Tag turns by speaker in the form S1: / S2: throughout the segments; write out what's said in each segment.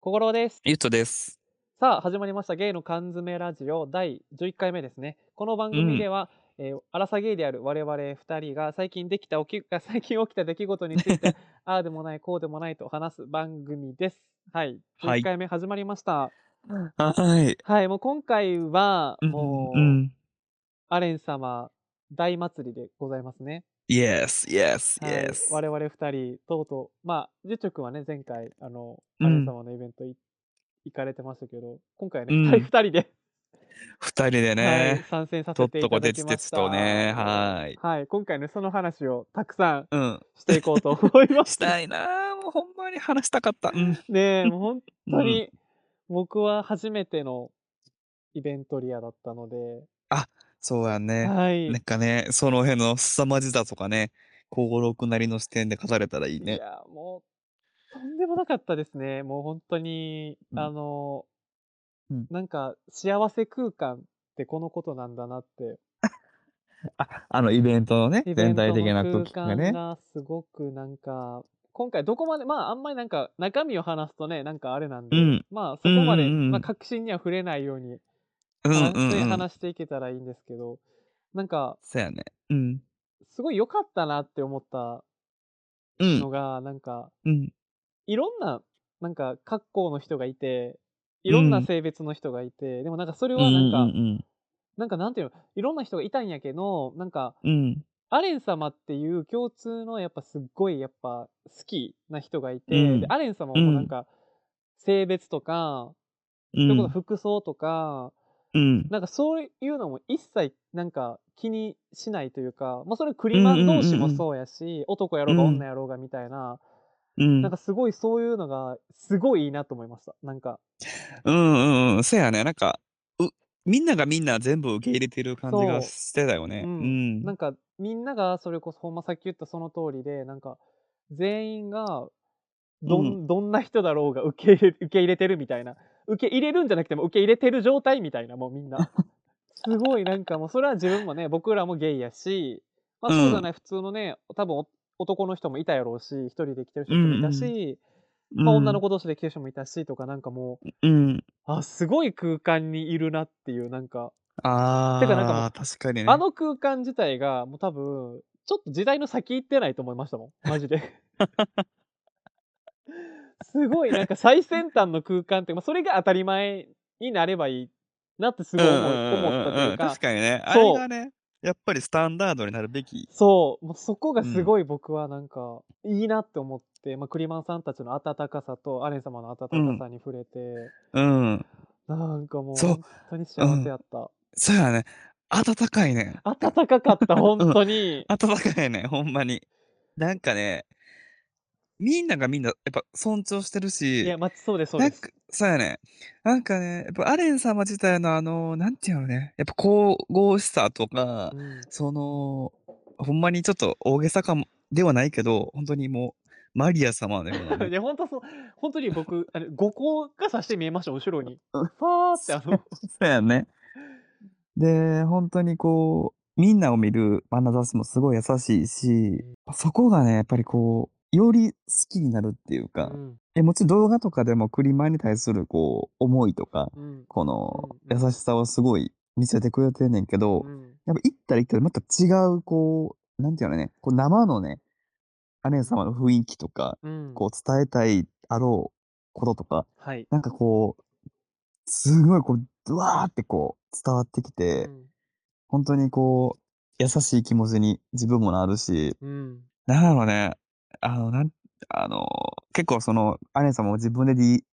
S1: 小五郎です。
S2: ゆっとです。
S1: さあ、始まりました。ゲイの缶詰ラジオ第11回目ですね。この番組では、うん、えー、アラサゲイである我々2人が最近できた起き、 最近起きた出来事につい て、ああでもない、こうでもないと話す番組です。はい。11回目始まりました。
S2: はい。はい、
S1: はい、もう今回は、もう、うんうん、アレン様大祭りでございますね。
S2: Yes, yes, yes.、
S1: はい、我々二人、とうとう、まあ、ジュチョ君はね、前回、あの、うん、アレン様のイベント行かれてましたけど、今回はね、二、うん、人で
S2: 二人でね、はい、
S1: 参戦させていただきました。
S2: とね、はい。
S1: はい、今回ね、その話をたくさんしていこうと思います。
S2: うん、したいなもうほんまに話したかった。
S1: ねもう本当に、僕は初めてのイベントリアだったので。
S2: あ、そうやね。
S1: はい。
S2: なんかね、その辺の凄まじさとかね、小五郎くなりの視点で語れたらいいね。
S1: いや、もう、とんでもなかったですね。もう本当に、うん、あの、うん、なんか、幸せ空間ってこのことなんだなって。
S2: あ、あのイベントのね、全体的な空気がね。
S1: がすごくなんか、今回どこまで、まああんまりなんか中身を話すとね、なんかあれなんで、うん、まあそこまで、うんうんうん、まあ確信には触れないように。話,、うんうんうん、話していけたらいいんですけど、なんか、
S2: そうやね。うん。
S1: すごい良かったなって思ったのが、うん、なんか、
S2: うん、
S1: いろんな、なんか、格好の人がいて、いろんな性別の人がいて、うん、でもなんかそれはなんか、うんうんうん、なんかなんていうの、いろんな人がいたんやけど、なんか、
S2: うん、
S1: アレン様っていう共通のやっぱすっごいやっぱ好きな人がいて、うん、アレン様もなんか、性別とか、うん、そ服装とか、
S2: うん、
S1: なんかそういうのも一切なんか気にしないというか、まあ、それクリマン同士もそうやし、うんうんうん、男やろうが女やろうがみたいな、
S2: うん、
S1: なんかすごいそういうのがすごいいいなと思いましたなんか
S2: うんうんせやねなんかみんながみんな全部受け入れてる感じがしてたよね、うん、うん、
S1: なんかみんながそれこそほんまさっき言ったその通りでなんか全員がどん,うん、どんな人だろうが受け入れ受け入れてるみたいな受け入れるんじゃなくても受け入れてる状態みたいなもうみんなすごいなんかもうそれは自分もね僕らもゲイやし、まあ、そうじゃない、うん、普通のね多分男の人もいたやろうし一人で来てる人もいたし、うんうん、まあ、女の子同士で来てる人もいたしとかなんかも
S2: う、うん、
S1: あすごい空間にいるなっていうなんか
S2: あ
S1: てかなんか
S2: 確かに、ね、
S1: あの空間自体がもう多分ちょっと時代の先行ってないと思いましたも んマジで。すごいなんか最先端の空間って、まあ、それが当たり前になればいいなってすごい思ったというか
S2: 確かにねあれがねやっぱりスタンダードになるべき
S1: そうもうそこがすごい僕はなんか、いいなって思って、うん、まあ、クリマンさんたちの温かさとアレン様の温かさに触れて、
S2: うん、うん、
S1: なんかもう本当に幸せやった、うん、
S2: そうやね暖かいね
S1: 暖かかった本当に、
S2: うん、暖かいねほんまになんかねみんながみんな、やっぱ尊重してるし。
S1: いや、まあ、そうです、そうです。
S2: そうやね。なんかね、やっぱアレン様自体のあの、なんていうのね、やっぱ神々しさとか、うん、その、ほんまにちょっと大げさかも、ではないけど、本当にもう、マリア様のような、
S1: ね。いや、本当そう、本当に僕、あれ、五光がさして見えました、後ろ に。ファーってあの。
S2: そうやね。で、本当にこう、みんなを見る眼差しもすごい優しいし、うん、そこがね、やっぱりこう、より好きになるっていうか、うん、えもちろん動画とかでもクリマに対するこう思いとか、うん、この優しさをすごい見せてくれてんねんけど、うん、やっぱ行ったら行ったらまた違うこうなんていうのねこう生のねアレン様の雰囲気とか、こう伝えたいあろうこととか、
S1: はい、
S2: なんかこうすごいこうドワーってこう伝わってきて、本当にこう優しい気持ちに自分もなるし、
S1: うん、
S2: なんだろうねあの、なん、あの、結構その、アレンさんも自分で、D、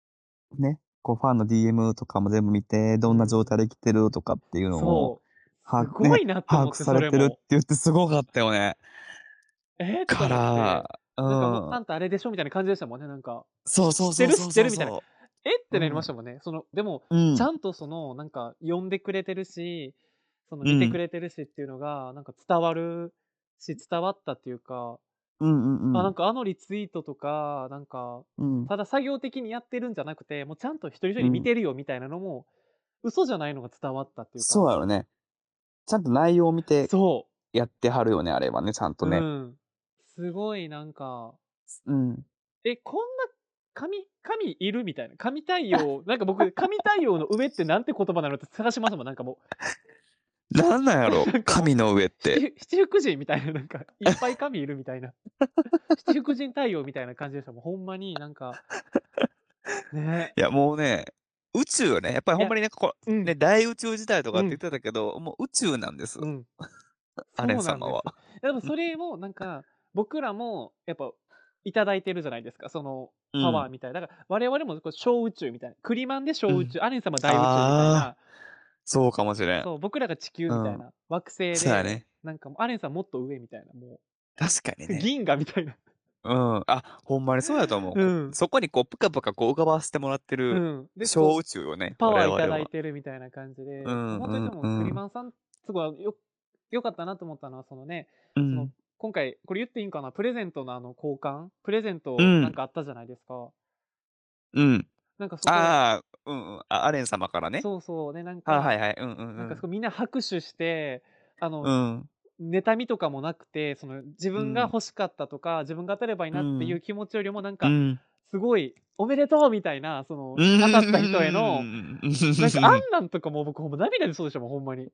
S2: ね、こうファンの DM とかも全部見て、どんな状態で来てるとかっていうのを、
S1: 把握、ね、
S2: 把握されてるって言ってすごかったよね。
S1: えー、
S2: から、
S1: うん。なんかあんたあれでしょみたいな感じでしたもんね、なんか。
S2: そうそう
S1: そうそうそう。知ってる知ってるみたいな。えってなりましたもんね。うん、その、でも、うん、ちゃんとその、なんか、呼んでくれてるし、その、見てくれてるしっていうのが、なんか伝わるし、伝わったっていうか、
S2: うんうんうん、
S1: あなんかあのリツイートとかなんか、
S2: うん、
S1: ただ作業的にやってるんじゃなくてもうちゃんと一人一人見てるよみたいなのも、うん、嘘じゃないのが伝わったっていうか
S2: そうだろうねちゃんと内容を見て
S1: そう、
S2: やってはるよねあれはねちゃんとね、うん
S1: すごいなんか、
S2: うん、
S1: えこんな神、神いるみたいな。神太陽、なんか僕、神太陽の上ってなんて言葉なのって探しますもん、なんかも
S2: なんなん やろ神の上っ
S1: う、
S2: て。
S1: 七七福神みたいな、なんか、いっぱい神いるみたいな。七福神太陽みたいな感じでしたもん、ほんまになんか。ね
S2: いや、もうね、宇宙よね。やっぱりほんまになんかこ
S1: え。うん
S2: う、ね、大宇宙時代とかって
S1: う
S2: 言
S1: ん
S2: ってたけど、もう宇宙なんです。
S1: うん。
S2: アレン様は。
S1: そうなんです。やっぱそれを なんか僕らもやっぱいただいてるじゃないですかその
S2: うん
S1: パワーみたいな、だから我々もこう小宇宙みたいなクリマンで小宇宙、アレン様は大宇宙み
S2: あ
S1: た
S2: そうかもしれ。
S1: いなんそう僕らが地球みたいな、
S2: うん
S1: 惑星で
S2: そうやね。
S1: なんかもうアレンさんもっと上みたいなも
S2: 確かに
S1: う、
S2: ね。
S1: 銀河みたいな、
S2: うん。あ、ほんまにそうやと思う。
S1: うん
S2: そこにこう、ぷかぷかこう浮かばせてもらって
S1: う
S2: る
S1: ん、で
S2: 小
S1: こう
S2: 宇宙よね。
S1: パワーい
S2: 我
S1: た
S2: 々
S1: だ
S2: はい
S1: てるみたいな感じで、
S2: うん
S1: 本当にで
S2: うん
S1: もクリマンさんすごいよよかったなと思ったのはそのね
S2: う
S1: その
S2: ん。
S1: 今回これ言っていいんかなプレゼントのあの交換プレゼント
S2: うん
S1: なんかあったじゃないですか、
S2: うん。
S1: なんかそこ
S2: ああ、うんうん。あアレン様からね。
S1: そうそうでなんか、
S2: あはいはい。うんうん
S1: なん
S2: う
S1: か
S2: ん
S1: そこみんな拍手してあの、
S2: うん。
S1: 妬みとかもなくてその自分が
S2: うん
S1: 欲しかったとか、自分が当たればいいなっていう気持ちよりもなん
S2: う
S1: か、
S2: ん。
S1: すごいおめでとうみたいなその、
S2: うん
S1: 当たった人への、
S2: うん
S1: なんかあんなんとかもう僕ほんま涙でそうでしたもんほんまに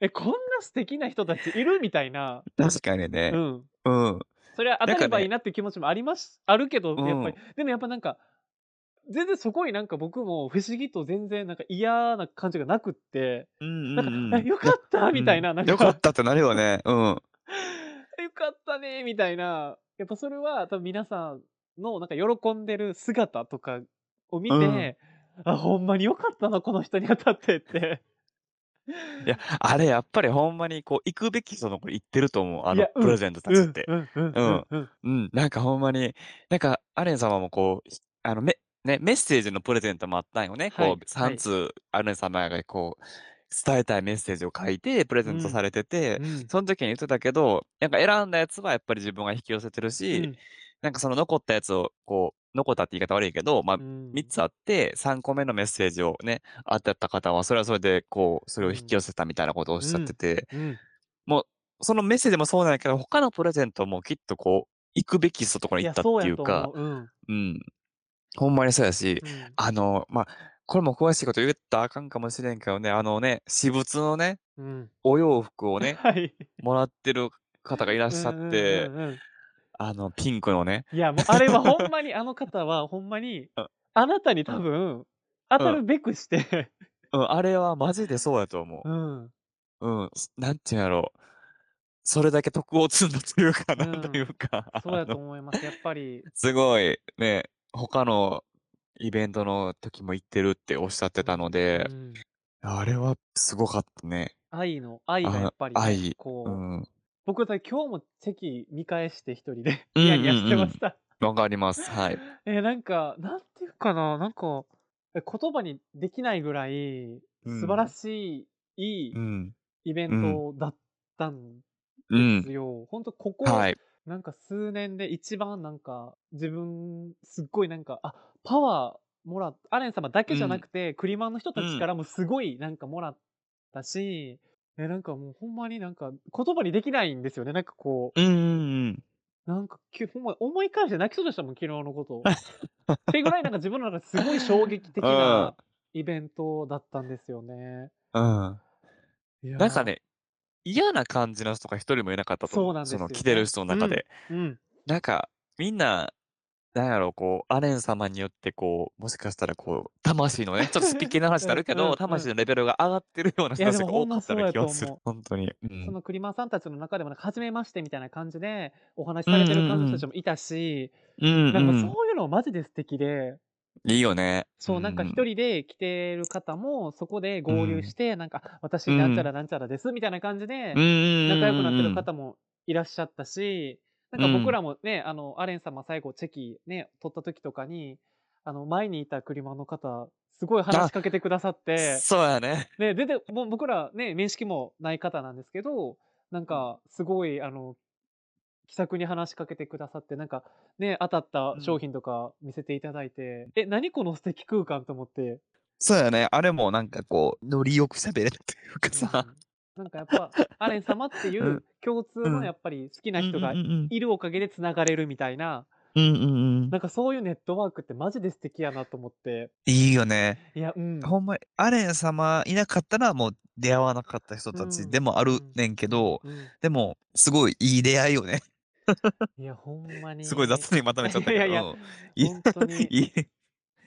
S1: えこんな素敵な人たちいるみたいな、
S2: 確かにね
S1: う。ん、
S2: うん。
S1: それは当たればいい
S2: なんかね
S1: なっていう気持ちもあります、あるけど、
S2: うん
S1: やっぱり、でもやっぱなんか、全然そこになんか僕も不思議と全然なんか嫌な感じがなくって、
S2: うんう
S1: なんか、
S2: んう
S1: あ
S2: ん。
S1: よかったみたいな、
S2: うん
S1: なん
S2: よか
S1: か
S2: っ、たってなるよね。うん。
S1: よかったねみたいな、やっぱそれは多分皆さんのなんか喜んでる姿とかを見て、あ、ほんまによかったな、この人に当たって って。
S2: いや、あれやっぱりほんまにこう行くべき人のところ行ってると思う。あ
S1: い
S2: の
S1: やうん
S2: プレゼントたちって。
S1: うん、うん、うん、
S2: うん。なんかほんまに、なんかアレン様もこう、ひあのめ、ね、メッセージのプレゼントもあったんよね。
S1: はい
S2: こう、
S1: は
S2: 3
S1: い
S2: 通アレン様がこう、伝えたいメッセージを書いて、プレゼントされてて、
S1: うん。
S2: その時に言ってたけど、なんか選んだやつはやっぱり自分が引き寄せてるし、なんかその残ったやつを、こう、残ったって言い方悪いけど、まあ、
S1: うん
S2: 3つあって、3個目のメッセージをね、当たった方は、それはそれで、こう、それを引き寄せたみたいなことをおっしゃってて、
S1: うん
S2: そのメッセージもそうなんやけど、他のプレゼントもきっとこう、行くべき人ところ
S1: い
S2: に行
S1: や、
S2: ったっ
S1: そう
S2: てい
S1: や
S2: う
S1: と
S2: か
S1: 思、う。うん。
S2: うん。ほんまにそうやし、
S1: うん
S2: あの、まあ、これも詳しいこと言ったらあかんかもしれんけどね、あのね、私物のね、
S1: うん。
S2: お洋服をね、
S1: はい。
S2: もらってる方がいらっしゃ
S1: うんう
S2: っ
S1: ん
S2: て
S1: うん、うん
S2: あの、ピンクのね、
S1: いやもうあれはほんまにあの方はほんまに
S2: うん
S1: あなたに多分当たるべくして、
S2: うん、あれはマジでそうやと思う。
S1: うん うん
S2: うん、すなんていうんやろう。それだけ徳を積んだというか、なんというか、
S1: そうや
S2: あ
S1: と
S2: の
S1: 思いますやっぱり
S2: すごい、ね、他のイベントの時も行ってるっておっしゃってたので
S1: う、ん
S2: あれはすごかったね。
S1: 愛の愛が
S2: あ
S1: やっぱり、
S2: 愛
S1: こ
S2: う
S1: う、
S2: ん。
S1: 僕だって今日も席見返して一人で
S2: うん
S1: ニヤニヤしてました、
S2: わかります。はい。
S1: えなんかなんていうかななんかえ言葉にできないぐらい
S2: うん
S1: 素晴らしい、いい
S2: うん。
S1: イベントだったん
S2: う
S1: です
S2: ん。
S1: よ、ほんとここ、
S2: はい。
S1: なんか数年で一番なんか自分すっごいなんかあパワーもらっアレン様だけじゃなくて、クリマンの人たちからもすごいなんかもらったし、えなんかもうほんまになんか言葉にできないんですよねなんかこ
S2: うんうんうん。
S1: うなんかきほんま思い返して泣きそうでしたもん昨日のことを。ってぐらいなんか自分の中 ですごい衝撃的なイベントだったんですよね。
S2: うん。
S1: いやー
S2: なんか、ね、嫌な感じの人が一人もいなかったと思
S1: そ
S2: う。
S1: うなんですよね
S2: の来てる人の中で。
S1: うん、
S2: なんか、みんな、なんやろう、こう、アレン様によって、こう、もしかしたら、こう、魂のね、ちょっとスピキな話になる け
S1: うんうんう
S2: ど、
S1: ん
S2: 魂のレベルが上がってるようない人
S1: や
S2: たち
S1: で
S2: が
S1: も
S2: 多かったような気が する
S1: ほん。
S2: 本当に。う
S1: そ
S2: ん。
S1: のクリマンさんたちの中でもなんか初めましてみたいな感じでお話しされてる感じの人たちもいたし、
S2: うん
S1: なんか
S2: う
S1: そういうのマジで素敵で、
S2: んいいよね。
S1: そうなんか一人で来てる方もそこで合流して、なんかあ私
S2: うん
S1: なんちゃらなんちゃらですみたいな感じで仲
S2: 仲
S1: 良くなってる方もいらっしゃったし、なんか僕らもね、あの、アレン様最後チェキね、取った時とかに、あの、前にいたクリマンの方、すごい話しかけてくださって、
S2: そうやね。
S1: ね、全然もう僕らね面識もない方なんですけどなんかすごいあの気さくに話しかけてくださってなんかね当たった商品とか見せていただいて、え何この素敵空間と思って、
S2: そうやね。あれもなんかこう、ノリよく喋れるというか さ。
S1: うんなんかやっぱアレン様っていううん共通
S2: うん
S1: のやっぱり好きな人が
S2: うんうんうん
S1: いるおかげでつながれるみたいな、
S2: うんうんうん。
S1: なんかそういうネットワークってマジで素敵やなと思って。
S2: いいよね。
S1: いや、うん。
S2: ほんま、アレン様いなかったらもう出会わなかった人た
S1: う
S2: ち
S1: ん
S2: でもあるねんけど、
S1: うん
S2: でも、すごいいい出会いよね。
S1: いや、ほんまに。
S2: すごい雑にまとめちゃったけ
S1: い
S2: ど。
S1: やいや
S2: うんい
S1: 本当に。
S2: いい。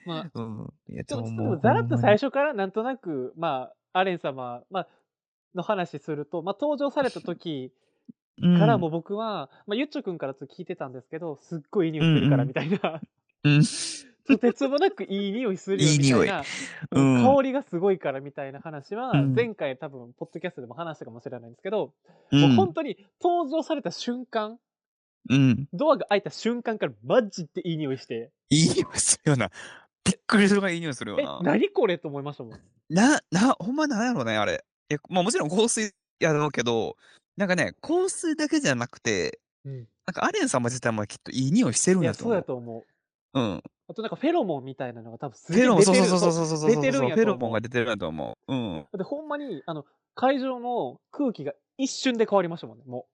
S1: まあ、
S2: うん。いや、
S1: でも、ちょっと
S2: も
S1: で
S2: う
S1: もざらっと最
S2: 初。
S1: 初からなんとなく、まあ、アレン様、まあ、の話すると、まあ、登場された時
S2: うん
S1: からも僕は、まあ、ゆっちょくんからちょっと聞いてたんですけど、すっごいいい匂いするからみたいな、
S2: うん。
S1: とてつもなくいい匂いするよ
S2: いい
S1: みた
S2: 匂
S1: い
S2: い
S1: な、
S2: うん
S1: 香りがすごいからみたいな話は、
S2: うん
S1: 前回多分、ポッドキャストでも話したかもしれないんですけど、
S2: う
S1: もうん本当に登場された瞬間、
S2: うん。
S1: ドアが開いた瞬間からマジでいい匂いして、
S2: いい匂いするよな。びっくりするがいい匂いするよ
S1: え、
S2: な。
S1: 何これと思いましたもん。
S2: な、な、ほんまなんやろね、あれ。いや、まあもちろん香水やろうけど、なんかね、香水だけじゃなくて、
S1: うん、
S2: なんかアレン様自体もきっといい匂いしてるん
S1: い
S2: や
S1: や、
S2: と
S1: そう
S2: 思う。
S1: やと思う。
S2: うん。
S1: あとなんかフェロモンみたいなのが多分す
S2: フ
S1: げえ
S2: ェ
S1: 出
S2: ロ
S1: て
S2: モン、
S1: る
S2: そうそうそうそうそうそうそうそう。
S1: 出てるんやと思う
S2: フェロモンが出てるんやと思う。うん。
S1: だってほんまにあの会場の空気が一瞬で変わりましたもんねも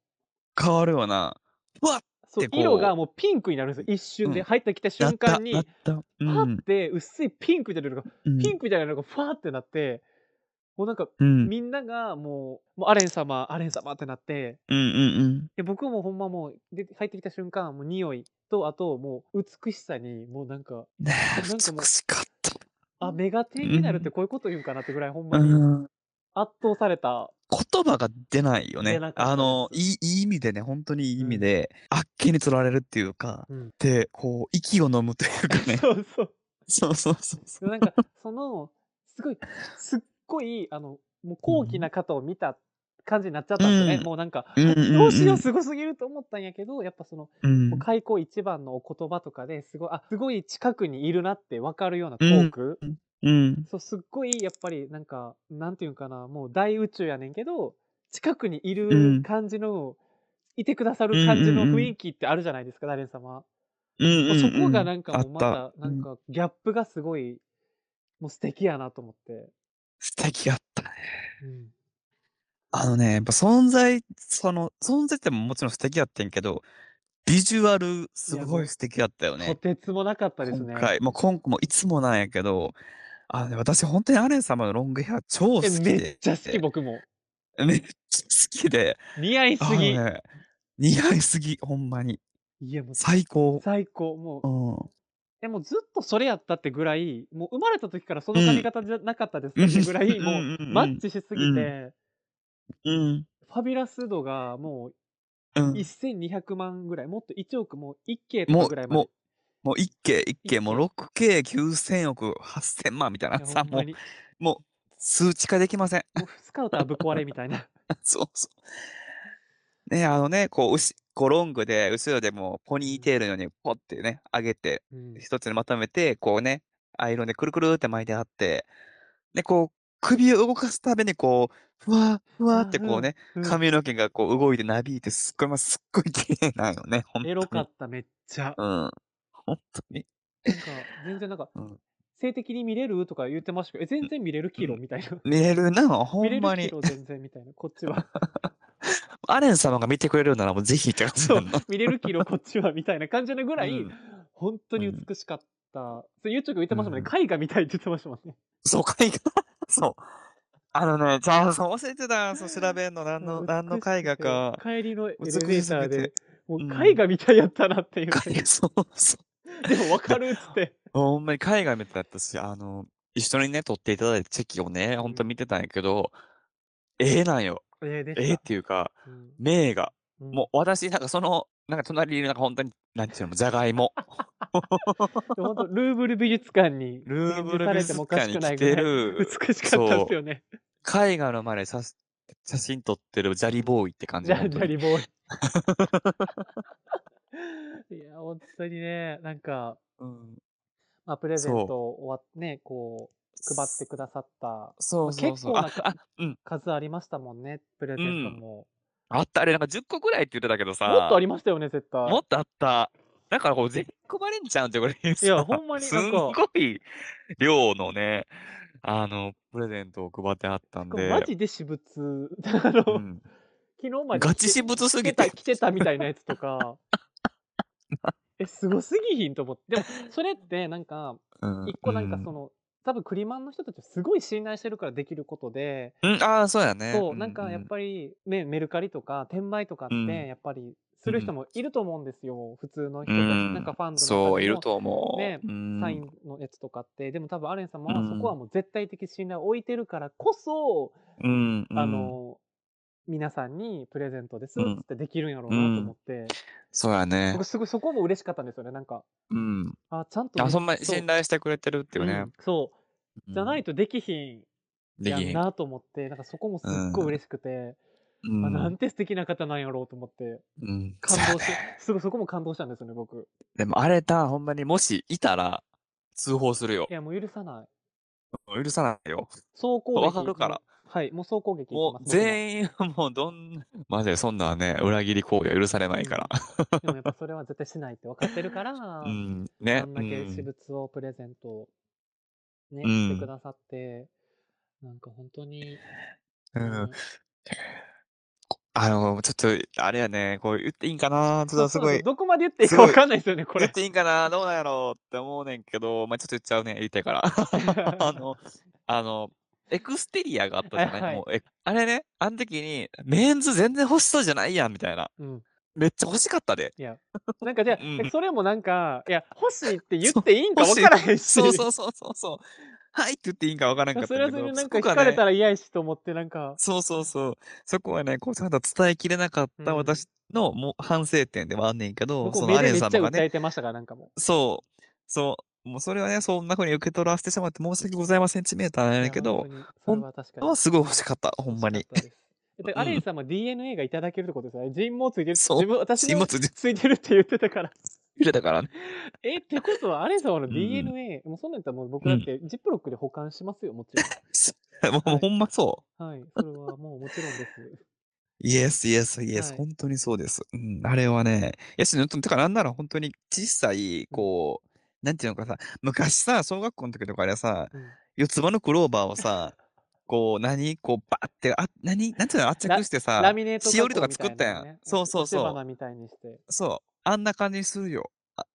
S2: 変わるよな。
S1: うそう
S2: でこう
S1: 色がもうピンクになるんですよ一瞬で、
S2: うん
S1: 入ってきた瞬間に
S2: なった。なったう
S1: パッ
S2: ん。
S1: て薄いピンクみたいなのが、
S2: うん
S1: ピンクみたいなのがファーってなってもうなんか
S2: うん。
S1: みんながもうもうアレン様アレン様ってなって
S2: うんうん
S1: で僕もほんまもうで入ってきた瞬間もう匂いとあともう美しさにもうなんか
S2: うん。ねえ
S1: なんかもう
S2: 美しかった。
S1: あメガテンになるってこういうこと言うんかなってぐらいほんま
S2: う
S1: に
S2: ん。
S1: 圧倒された、
S2: 言葉が出ないよ
S1: 出
S2: ね
S1: なか。ったです
S2: あの、いい、いい意味でね、本当にいい意
S1: う
S2: 味
S1: ん
S2: で、あっけに取られるっていうか、
S1: うん
S2: で、こう、息を飲むというかね。
S1: そうそう
S2: そうそうそうそう。
S1: なんかそのすごいすっごいあのもう高貴な方を見た感じになっちゃったんですよね、
S2: うん
S1: もうなんか、
S2: うんうんうん
S1: どうしようすごすぎると思ったんやけどやっぱその、
S2: うん
S1: もう開口一番のお言葉とかですごいあすごい近くにいるなって分かるようなトーク、
S2: うん。
S1: そうすっごいやっぱりなんかなんていうんかなもう大宇宙やねんけど近くにいうる
S2: ん
S1: 感じの、いてくださる感じの
S2: うんうんうん
S1: 雰囲気ってあるじゃないですか、ダレン様。
S2: うんうん
S1: そこがなんかもうま
S2: あった
S1: なんかギャップがすごいもう素敵やなと思って、
S2: 素敵だったね。
S1: うん
S2: あのね、やっぱ存在、その、存在ってももちろん素敵やってんけど、ビジュアル、す
S1: いやも
S2: ご
S1: う
S2: い素敵だったよね。
S1: とてつもなかったですね
S2: 今回、まあ、今回もいつもなんやけど、あのね、私本当にアレン様のロングヘア超好
S1: え
S2: きで。
S1: めっちゃ好き僕も
S2: めっちゃ好きで。
S1: 似合いす
S2: あ
S1: ぎ、
S2: のね似合いすぎ、ほんまに。
S1: いやもう
S2: 最高。
S1: 最高もう
S2: うん。
S1: えもうずっとそれやったってぐらいもう生まれた時からその髪型じゃなかったですかってぐらい、
S2: うん
S1: も
S2: うんうん
S1: う
S2: うん
S1: マッチしすぎて、
S2: うんうん。
S1: ファビュラス度がも
S2: う。
S1: うん1200万ぐらいもっと1億もう1 k と
S2: も、
S1: かぐらいうまで
S2: もう、もう 1K、
S1: 1K
S2: 1K、もう 6K、9000億、8000万みたい
S1: い
S2: な
S1: や
S2: さ、
S1: ほん
S2: も
S1: ま
S2: う、
S1: に
S2: もう、数値化できません。
S1: もうスカウターぶっ壊れみたいな
S2: そうそう。ね、あのね、こう、うし、こう、ロングで、後ろでもう、ポニーテールのように、ポッてね、上げて、
S1: うん
S2: 一つにまとめて、こうね、アイロンでくるくるって巻いてあって、で、こう、首を動かすたびに、こう、ふわふわってこうね、
S1: うん
S2: 髪の毛がこう動いてなびいて、すっごい、まあ、すっごい綺麗なんよね、ほんとに。
S1: エロかっためっちゃ
S2: うん。本当に。
S1: なんか全然なんか、
S2: うん
S1: 性的に見れるとか言ってましたけど、え、全然見れるキロみたいな。
S2: 見れるな、ほ
S1: 見れ
S2: んま
S1: るキ
S2: に。
S1: ロ全然みたいな、こっち は。
S2: アレン様が見てくれるならもうぜひって感じ
S1: そ
S2: な
S1: う
S2: の。、
S1: 見れるキロこっちはみたいな感じのぐらい、
S2: うん
S1: 本当に美しかった。そう、YouTube 言ってましたもんね、絵画みたいって言ってましたもんね。
S2: そうかいが。そう。あのね、ちゃんと忘れてた、そう調べんの、何の、何
S1: 美
S2: の
S1: しくて
S2: 絵画か。
S1: 帰りのエレベ
S2: 美しすぎて
S1: ーターで、もう
S2: うん
S1: 絵画みたいやったなっていう。
S2: 絵画、そうそう。
S1: でも分かるっつって。
S2: ほんまに海外みたいだったし、あの、一緒にね、撮っていただいたチェキをね、ほんと見てたんやけど、ええなんよ。
S1: えー、で
S2: ええ
S1: し。
S2: ったていうか、
S1: うん
S2: 名
S1: う
S2: 画。
S1: ん
S2: もう私、なんかその、なんか隣になんか本当に、なんていうの、じゃがい も。
S1: でも本当ルーブル美術館に
S2: ルーブル
S1: 展
S2: 美
S1: 示されて
S2: 術
S1: もおか
S2: 館
S1: しく
S2: に
S1: ない
S2: 来
S1: ぐ
S2: て
S1: らい
S2: る、
S1: 美しかったですよね。
S2: 絵画の前で写す写真撮ってるジャリボーイって感じ。
S1: ジャ
S2: 本
S1: ジ
S2: 当
S1: ャリ
S2: に
S1: ボーイ。いや、本当にね、なんか、
S2: うん
S1: まあ、プレゼン
S2: そう
S1: トをわね、こう、配ってくださった
S2: そうそうそう。
S1: まあ
S2: あ
S1: 結構な
S2: あ、うん。
S1: 数ありましたもんね、プレゼントも。
S2: あった、あれなんか10個くらいって言ってたけどさ。
S1: もっとありましたよね、絶対。
S2: もっとあった。だからこう全国バレンちゃんってこれい
S1: やほんまに
S2: す
S1: なん
S2: ん
S1: か
S2: ごい量のね、あの、プレゼントを配ってあったん
S1: これ
S2: で。
S1: マジで私物、 あの、
S2: うん
S1: 昨日まで
S2: ガチ
S1: 着て
S2: 私物す
S1: 着て
S2: ぎ
S1: た
S2: て。
S1: 着てたみたいなやつとか、えすごすぎひんと思ってでもそれってなんか
S2: うん
S1: 一個なんかそ
S2: の、
S1: の、多分クリマンの人たちをすごい信頼してるからできることで、
S2: うん、ああ、そうやね。
S1: そうなんかやっぱり、ね、メルカリとか転売とかって
S2: うん
S1: やっぱりする人もいると思うんですよ、普通の人たち、
S2: うん
S1: なんかファンドの
S2: そう、
S1: 中で
S2: いる
S1: も
S2: と思う。
S1: ね
S2: うん
S1: サインのやつとかって、でも多分アレン様は
S2: うん
S1: そこはもう絶対的信頼を置いてるからこそ、
S2: うん、うん
S1: あの皆さんにプレゼントですっ
S2: うん
S1: つってできるんやろうなと思って、
S2: そうやね
S1: 僕。すごいそこも嬉しかったんですよねなんか
S2: うん。
S1: あちゃんとね、
S2: あ、そんなに
S1: そう
S2: 信頼してくれてるっていうね
S1: ん。そうじゃない
S2: い。
S1: とできひん
S2: で
S1: や
S2: きへ
S1: ん
S2: ん。
S1: なと思ってなんかそこもすっごい嬉しくて、
S2: う
S1: あなんんて素敵な方なんやろうと思って
S2: うん
S1: 感
S2: そうや
S1: 動し
S2: ね
S1: すごいそこも感動したんですよね僕
S2: でもあれだ、ほんまにもしいたら通報するよ
S1: い。やもう許さない
S2: 許さないよ。
S1: 総攻撃
S2: わかるから
S1: はいもう総攻撃いきます
S2: もう
S1: 僕
S2: 全員もうどんな、マジでそんなんね、裏切り行為は許されないから。
S1: でもやっぱそれは絶対しないって分かってるから、
S2: うん、ね。
S1: あんだけ私
S2: うん
S1: 物をプレゼント、ね、
S2: うん
S1: してくださって、なんか本当に、
S2: うんあの、ちょっと、あれやね、こう言っていいんかなちょっとす
S1: そう
S2: ご
S1: なんで
S2: い
S1: よ。 どこまで言っていい
S2: す
S1: か
S2: ごい
S1: 分かんないですよね、こ
S2: 言っ
S1: れ。
S2: ていいんかなどうなんやろうって思うねんけど、まあちょっと言っちゃうね。言いた いから。 あの、あの、エクステリアがあったじゃない、
S1: はいはい
S2: もうえあれね、あの時に、メンズ全然欲しそうじゃないやん、みたいな。
S1: うん、
S2: めっちゃ欲しかったで。
S1: なんかじゃあ、
S2: うん
S1: それもなんか、いや、欲しいって言っていいんか
S2: そう
S1: 分からへんし、
S2: そうそうそうそうそう。はいって言っていいんかわからんかった
S1: そ
S2: ん
S1: れは
S2: だけ
S1: それで
S2: ど、
S1: な
S2: そ
S1: んか
S2: こ
S1: 聞
S2: が
S1: かれ
S2: ね
S1: た、ら嫌いしと思って、なんか、
S2: そうそうそう。そこはね、こう、ちゃんと伝えきれなかっ
S1: う
S2: た
S1: ん
S2: 私のもう反省点ではあんねんけど、
S1: 僕
S2: そ
S1: 目
S2: のア
S1: で
S2: レ
S1: め
S2: ン
S1: っちゃ
S2: 様が
S1: 訴
S2: ね、
S1: えてましたから、なんかも
S2: そう、そう、もうそれはね、そんな風に受け取らせてしまって申し訳ございませんちメーター
S1: う。
S2: なん
S1: い
S2: や
S1: や
S2: けど
S1: 本、当にそれは確かに
S2: あ。すごい欲しかった、ほんまに。
S1: 欲しかったです。だからアレン様 DNA がいただけるってことですよね。人毛ついてる。
S2: そう
S1: 自分私
S2: 荷
S1: も
S2: 物
S1: ついてるって言ってた から。
S2: 入れ たからね。
S1: え、ってことは、アレン様の
S2: うん
S1: DNA、もうそんなんやったらもう僕だって、ジップロックで保管しますよ、もち
S2: もう
S1: はい
S2: ほんまそ
S1: ろん。はい、それはもうもちろんです。
S2: う。イエス、イエス、イエス。
S1: はい
S2: 本当にそうです。うん、あれはね、いやし、てか、なんなら本当に小さい、こう、なんていうのかさ、昔さ、小学校の時とかあれさ、
S1: うん
S2: 四つ葉のクローバーをさ、こう、何こう、バーって、あ、何なんていうの圧
S1: ラ
S2: 着してさ
S1: ラ、ミネート
S2: しおりとか
S1: 加工
S2: 作
S1: み
S2: った
S1: い
S2: や
S1: なの
S2: ん
S1: ね。
S2: そうそう
S1: お手
S2: そ
S1: 花みたいにして。
S2: う。そう。あんな感じにするよ。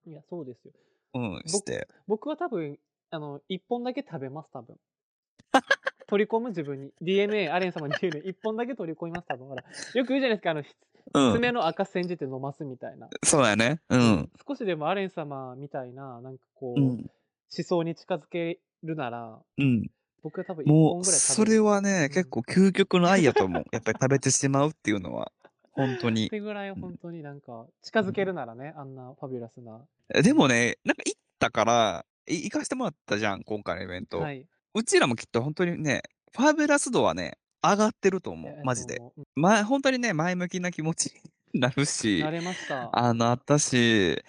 S1: いや、そうですよ。
S2: うん、して。
S1: 僕は多分、あの、一本だけ食べます、多分。取り込む自分に。DNA、アレン様の DNA、一本だけ取り込みます、多分。ほら。よく言うじゃないですか、あの、
S2: うん。
S1: 爪の赤煎じて飲ますみたいな。
S2: そうやね。うん。
S1: 少しでもアレン様みたいな、なんかこ
S2: う
S1: う、
S2: ん。
S1: 思想に近づけるなら、
S2: うん。
S1: 僕は多分一
S2: も
S1: 本
S2: う、
S1: ぐらい
S2: そ
S1: 食べ
S2: れ
S1: る。
S2: はね、
S1: うん
S2: 結構究極の愛やと思う。 やっぱり食べてしまうっていうのは、本当
S1: っ
S2: に。
S1: てぐらい本当になんか、近づけるならね、あんなファビュラスな。
S2: でもね、なんか行ったから、い行かしてもらったじゃん、今回のイベント。
S1: はい。
S2: うちらもきっと本当にね、ファーベラス度はね、上がってると思
S1: え
S2: う。マジ。
S1: えっ
S2: で。
S1: とうん
S2: ま、本当にね、前向きな気持ちになるし
S1: 慣、れました。
S2: あの、あったし、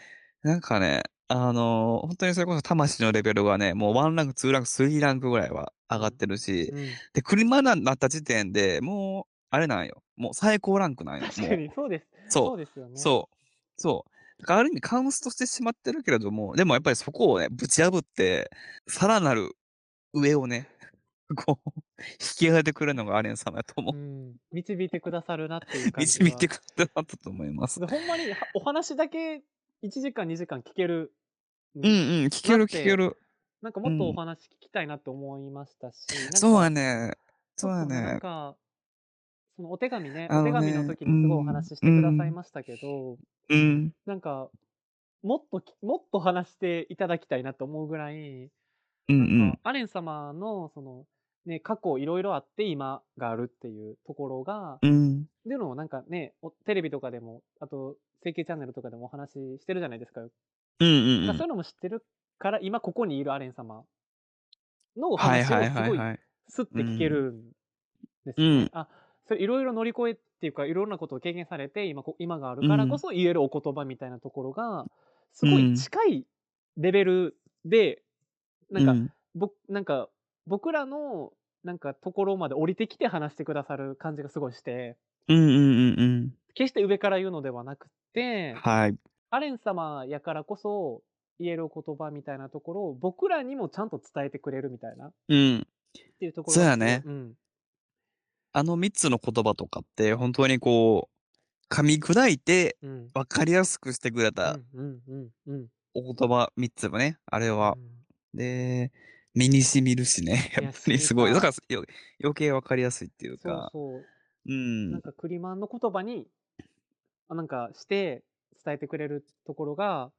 S2: なんかね、あの、本当にそれこそ魂のレベルがね、もう1ランク、2ランク、3ランクぐらいは上がってるし、
S1: うん
S2: で、車になった時点でもう、あれなんよ。もう最高ランクなんよ。
S1: 確か
S2: もう。
S1: に、そうです。そ
S2: そう
S1: ですよね。
S2: う。そう。そう。だからある意味、カウンストしてしまってるけれども、でもやっぱりそこをね、ぶち破って、さらなる上をね、 こう、引き上げてくれるのがアレン様やと思う。
S1: ん。導いてくださるなっていう感じ
S2: 導
S1: が。
S2: いてくれたなと思います。
S1: でほんまにはお話だけ1時間2時間聞ける。
S2: うんうん、聞け
S1: だ
S2: る聞
S1: って
S2: ける。
S1: なんかもっと
S2: うん
S1: お話聞きたいなって思いましたし。なんか
S2: そうやね。そうや
S1: なん
S2: ね。
S1: か、そのお手紙ね、
S2: あの
S1: お
S2: ね
S1: 手紙の時にすごいお話ししてくださいましたけど、
S2: うん。
S1: なんか、もっとき、もっと話していただきたいなと思うぐらい、
S2: うんう
S1: なん
S2: ん
S1: か。アレン様の、その、ね、過去いろいろあって今があるっていうところが、
S2: うん。
S1: でのをなんかね、おテレビとかでも、あと、整形チャンネルとかでもお話ししてるじゃないですか。
S2: うん
S1: だ
S2: う
S1: か
S2: んう
S1: ら
S2: ん
S1: そういう。のも知ってるから、今ここにいるアレン様のお
S2: はい
S1: 話を
S2: はい
S1: す
S2: はい
S1: ごい
S2: はい。
S1: スッて聞けるんですよ
S2: う
S1: ね。
S2: ん
S1: あそれいろいろ乗り越えっていうかいろんなことを経験されて今こ今があるからこそ言えるお言葉みたいなところがすごい近いレベルで、な
S2: うん
S1: か
S2: ん
S1: 僕なんか僕らのなんかところまで降りてきて話してくださる感じがすごいして
S2: うんうんうん
S1: 決して上から言うのではなく
S2: う
S1: て
S2: ん。はい。
S1: アレン様やからこそ言えるお言葉みたいなところを僕らにもちゃんと伝えてくれるみたいなっ
S2: うん。
S1: ていうところが
S2: そうやね
S1: うん、
S2: あの3つの言葉とかって本当にこう噛み砕いて
S1: うん
S2: 分かりやすくしてくれた
S1: うんうんうんうん
S2: お言葉3つもね、あれ
S1: う
S2: は。
S1: ん
S2: で、身に染みるしね、
S1: いや
S2: やっぱりすご
S1: 染
S2: い。
S1: み
S2: だ
S1: た
S2: からよ余計分かりやすいっていう
S1: そう
S2: か、
S1: そう
S2: う
S1: なん
S2: ん、
S1: かクリマンの言葉にあなんかして伝えてくれるところが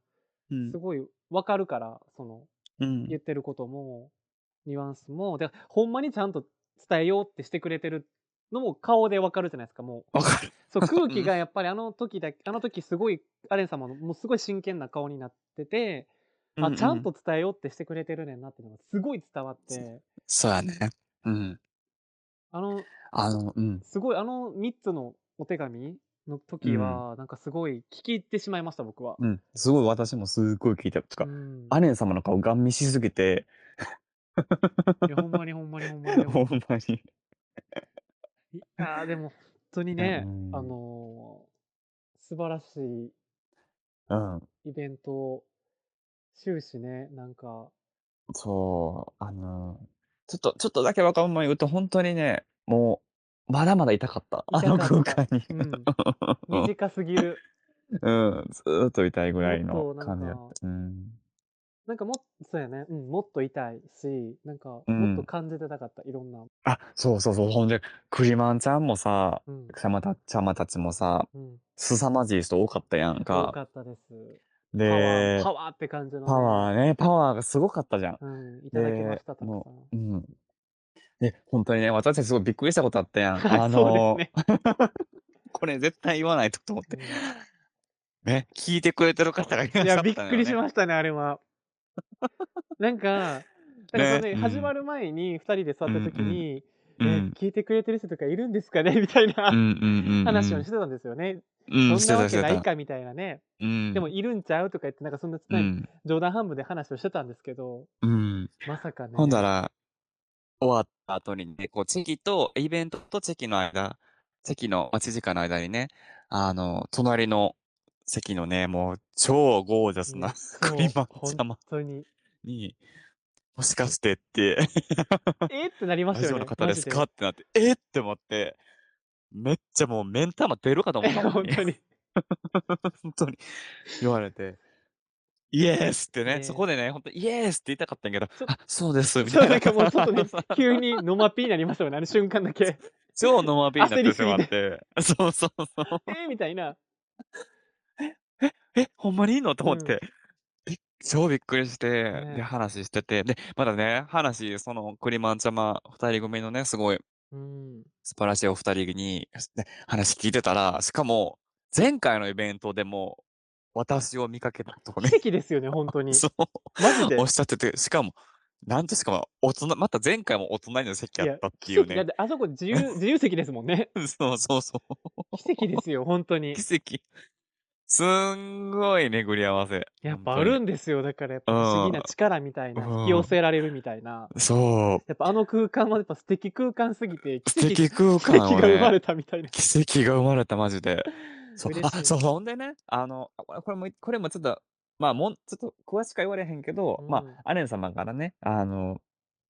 S2: うん
S1: す、ごいわかるからその
S2: うん、
S1: 言ってることもニュアンスもでほんまにちゃんと伝えようってしてくれてるのも顔でわかるじゃないですかもう
S2: 分かる。
S1: そう空気がやっぱりあの時だけあの時すごいアレン様のもうすごい真剣な顔になってて
S2: う
S1: あ
S2: ん
S1: ちゃん。と伝えようってしてくれてるねんなっていうのがすごい伝わって
S2: そうやね。うん。
S1: あの
S2: あの、うん。
S1: すごいあの3つのお手紙の時は、なんかすごい聞き入ってしまいました僕は。
S2: うん。すごい私もすごい聞いた。とか
S1: う、ん
S2: アレン様の顔ガン見しすぎて、
S1: いやほんまにほんまにほんまにほん
S2: ほ
S1: ま
S2: んまに。
S1: に。いやーでも本当にね、
S2: うん
S1: あのー素晴らしい
S2: うん。
S1: イベントを終始ねなんか
S2: そう、あのちょっと、ちょっとだけわかんない言うと、本当にね、もう、まだまだ痛かった。あの
S1: 痛か
S2: 空
S1: った
S2: 間に。
S1: うん 短すぎる。
S2: うん、ずーっと痛いぐらい
S1: も
S2: の
S1: っとなんか
S2: 感じだった。うん。
S1: なんかもっそうやね、うん、もっと痛いしなんかも
S2: うん
S1: っと感じてたかった、いろんな。
S2: あ、そうそうそう。ほんで、クリマンちゃんもさ、
S1: うん
S2: ちゃまた、ちゃまたちもさ、
S1: うん、
S2: 凄まじい人多かったやん
S1: 多
S2: か。
S1: かったです。パワー、
S2: で
S1: パ、ワーって感じの、ね。
S2: パワーね、パワーがすごかったじゃん。
S1: うん、いただきました、たく
S2: で
S1: さん。
S2: もう、うん。で、本当にね、私たちすごいびっくりしたことあったやん。
S1: そ
S2: あの
S1: うですね
S2: これ絶対言わないとと思って。ね、聞いてくれてる方がい らっ
S1: い
S2: し
S1: や、
S2: ゃったの
S1: び
S2: よ
S1: っくりしましたね、あれは。なんか、だからそのね
S2: ねうん
S1: 始まる前に2人で座った時に、
S2: う
S1: え
S2: ん
S1: 聞いてくれてる人とかいるんですかねみ たい
S2: うん
S1: な
S2: うんうんうん。
S1: 話をしてたんですよね。
S2: うん、し
S1: そ
S2: て
S1: んなわ
S2: たし
S1: け
S2: て
S1: ない
S2: た。
S1: かみたいなね。
S2: うん。
S1: でも、いるんちゃうとか言って、なんかそんなつ
S2: う
S1: ない
S2: ん。
S1: 冗談半分で話をしてたんですけど、
S2: うん。
S1: まさかね。
S2: ほんだら、終わった後にね、こう、チェキと、イベントとチェキの間、チェキの待ち時間の間にね、あの、隣の席のね、もう、超ゴージャス
S1: い
S2: な
S1: やそう
S2: クリマン
S1: 本
S2: 様
S1: 当に。
S2: に、もしかしてって、
S1: えってなりま
S2: ラ
S1: した
S2: ジ
S1: よ
S2: オ
S1: ね
S2: の。方ですか
S1: マ
S2: ってなって、えって思って、めっちゃもう、目ん玉出るかと思っ
S1: ジでい
S2: た
S1: や
S2: も
S1: 本
S2: んね
S1: 当。に。
S2: 本当に言われて、イエースってね、
S1: ね
S2: そこでね、本当イエースって言いたかったんやけ
S1: ちょ
S2: ど、あ、そうです、み
S1: そ
S2: た
S1: う、
S2: い
S1: なん
S2: な。
S1: かもうちょっとね、 急にノマピーになりましたよね、あの瞬間だけ。
S2: 超ノマビーになっ
S1: 焦り
S2: て
S1: す
S2: し
S1: ぎて
S2: まって、そうそうそう、
S1: えみたいな。
S2: え、ほんまにいいのと思って、え超びっくりして、
S1: ね
S2: で、話してて、で、まだね、話、その、クリマンちゃま二人組のね、すごい
S1: うん。
S2: 素晴らしいお二人に、ね話聞いてたら、しかも、前回のイベントでも、私を見かけたとね
S1: 奇、跡ですよね、本当に。
S2: そう。
S1: マジで。
S2: おっしゃってて、しかも、なんとしかも、大人、また前回も大人の席やったっていう
S1: 奇跡だっ
S2: ね。
S1: てあそこ自由自由席ですもんね。
S2: そうそうそ
S1: 奇跡ですよ、本当に
S2: う。。奇跡。すんごい巡り合わせ。
S1: やっぱあるんですよ、だからやっぱ不思議な力みたいな、
S2: うん
S1: 引き寄せられるみたいな。
S2: そう。
S1: やっぱあの空間はやっぱ素敵空間すぎて、
S2: 素敵空
S1: 奇跡
S2: 間
S1: 奇
S2: を
S1: 跡が生ま
S2: ね。
S1: れたみたいな。
S2: 奇跡が生まれた、マジで。そう
S1: 嬉しい
S2: あそうほんでねあのあこれこれもこれもちょっとまあもんちょっと詳しくは言われへんけど、ま
S1: うん
S2: あアレン様からねあの、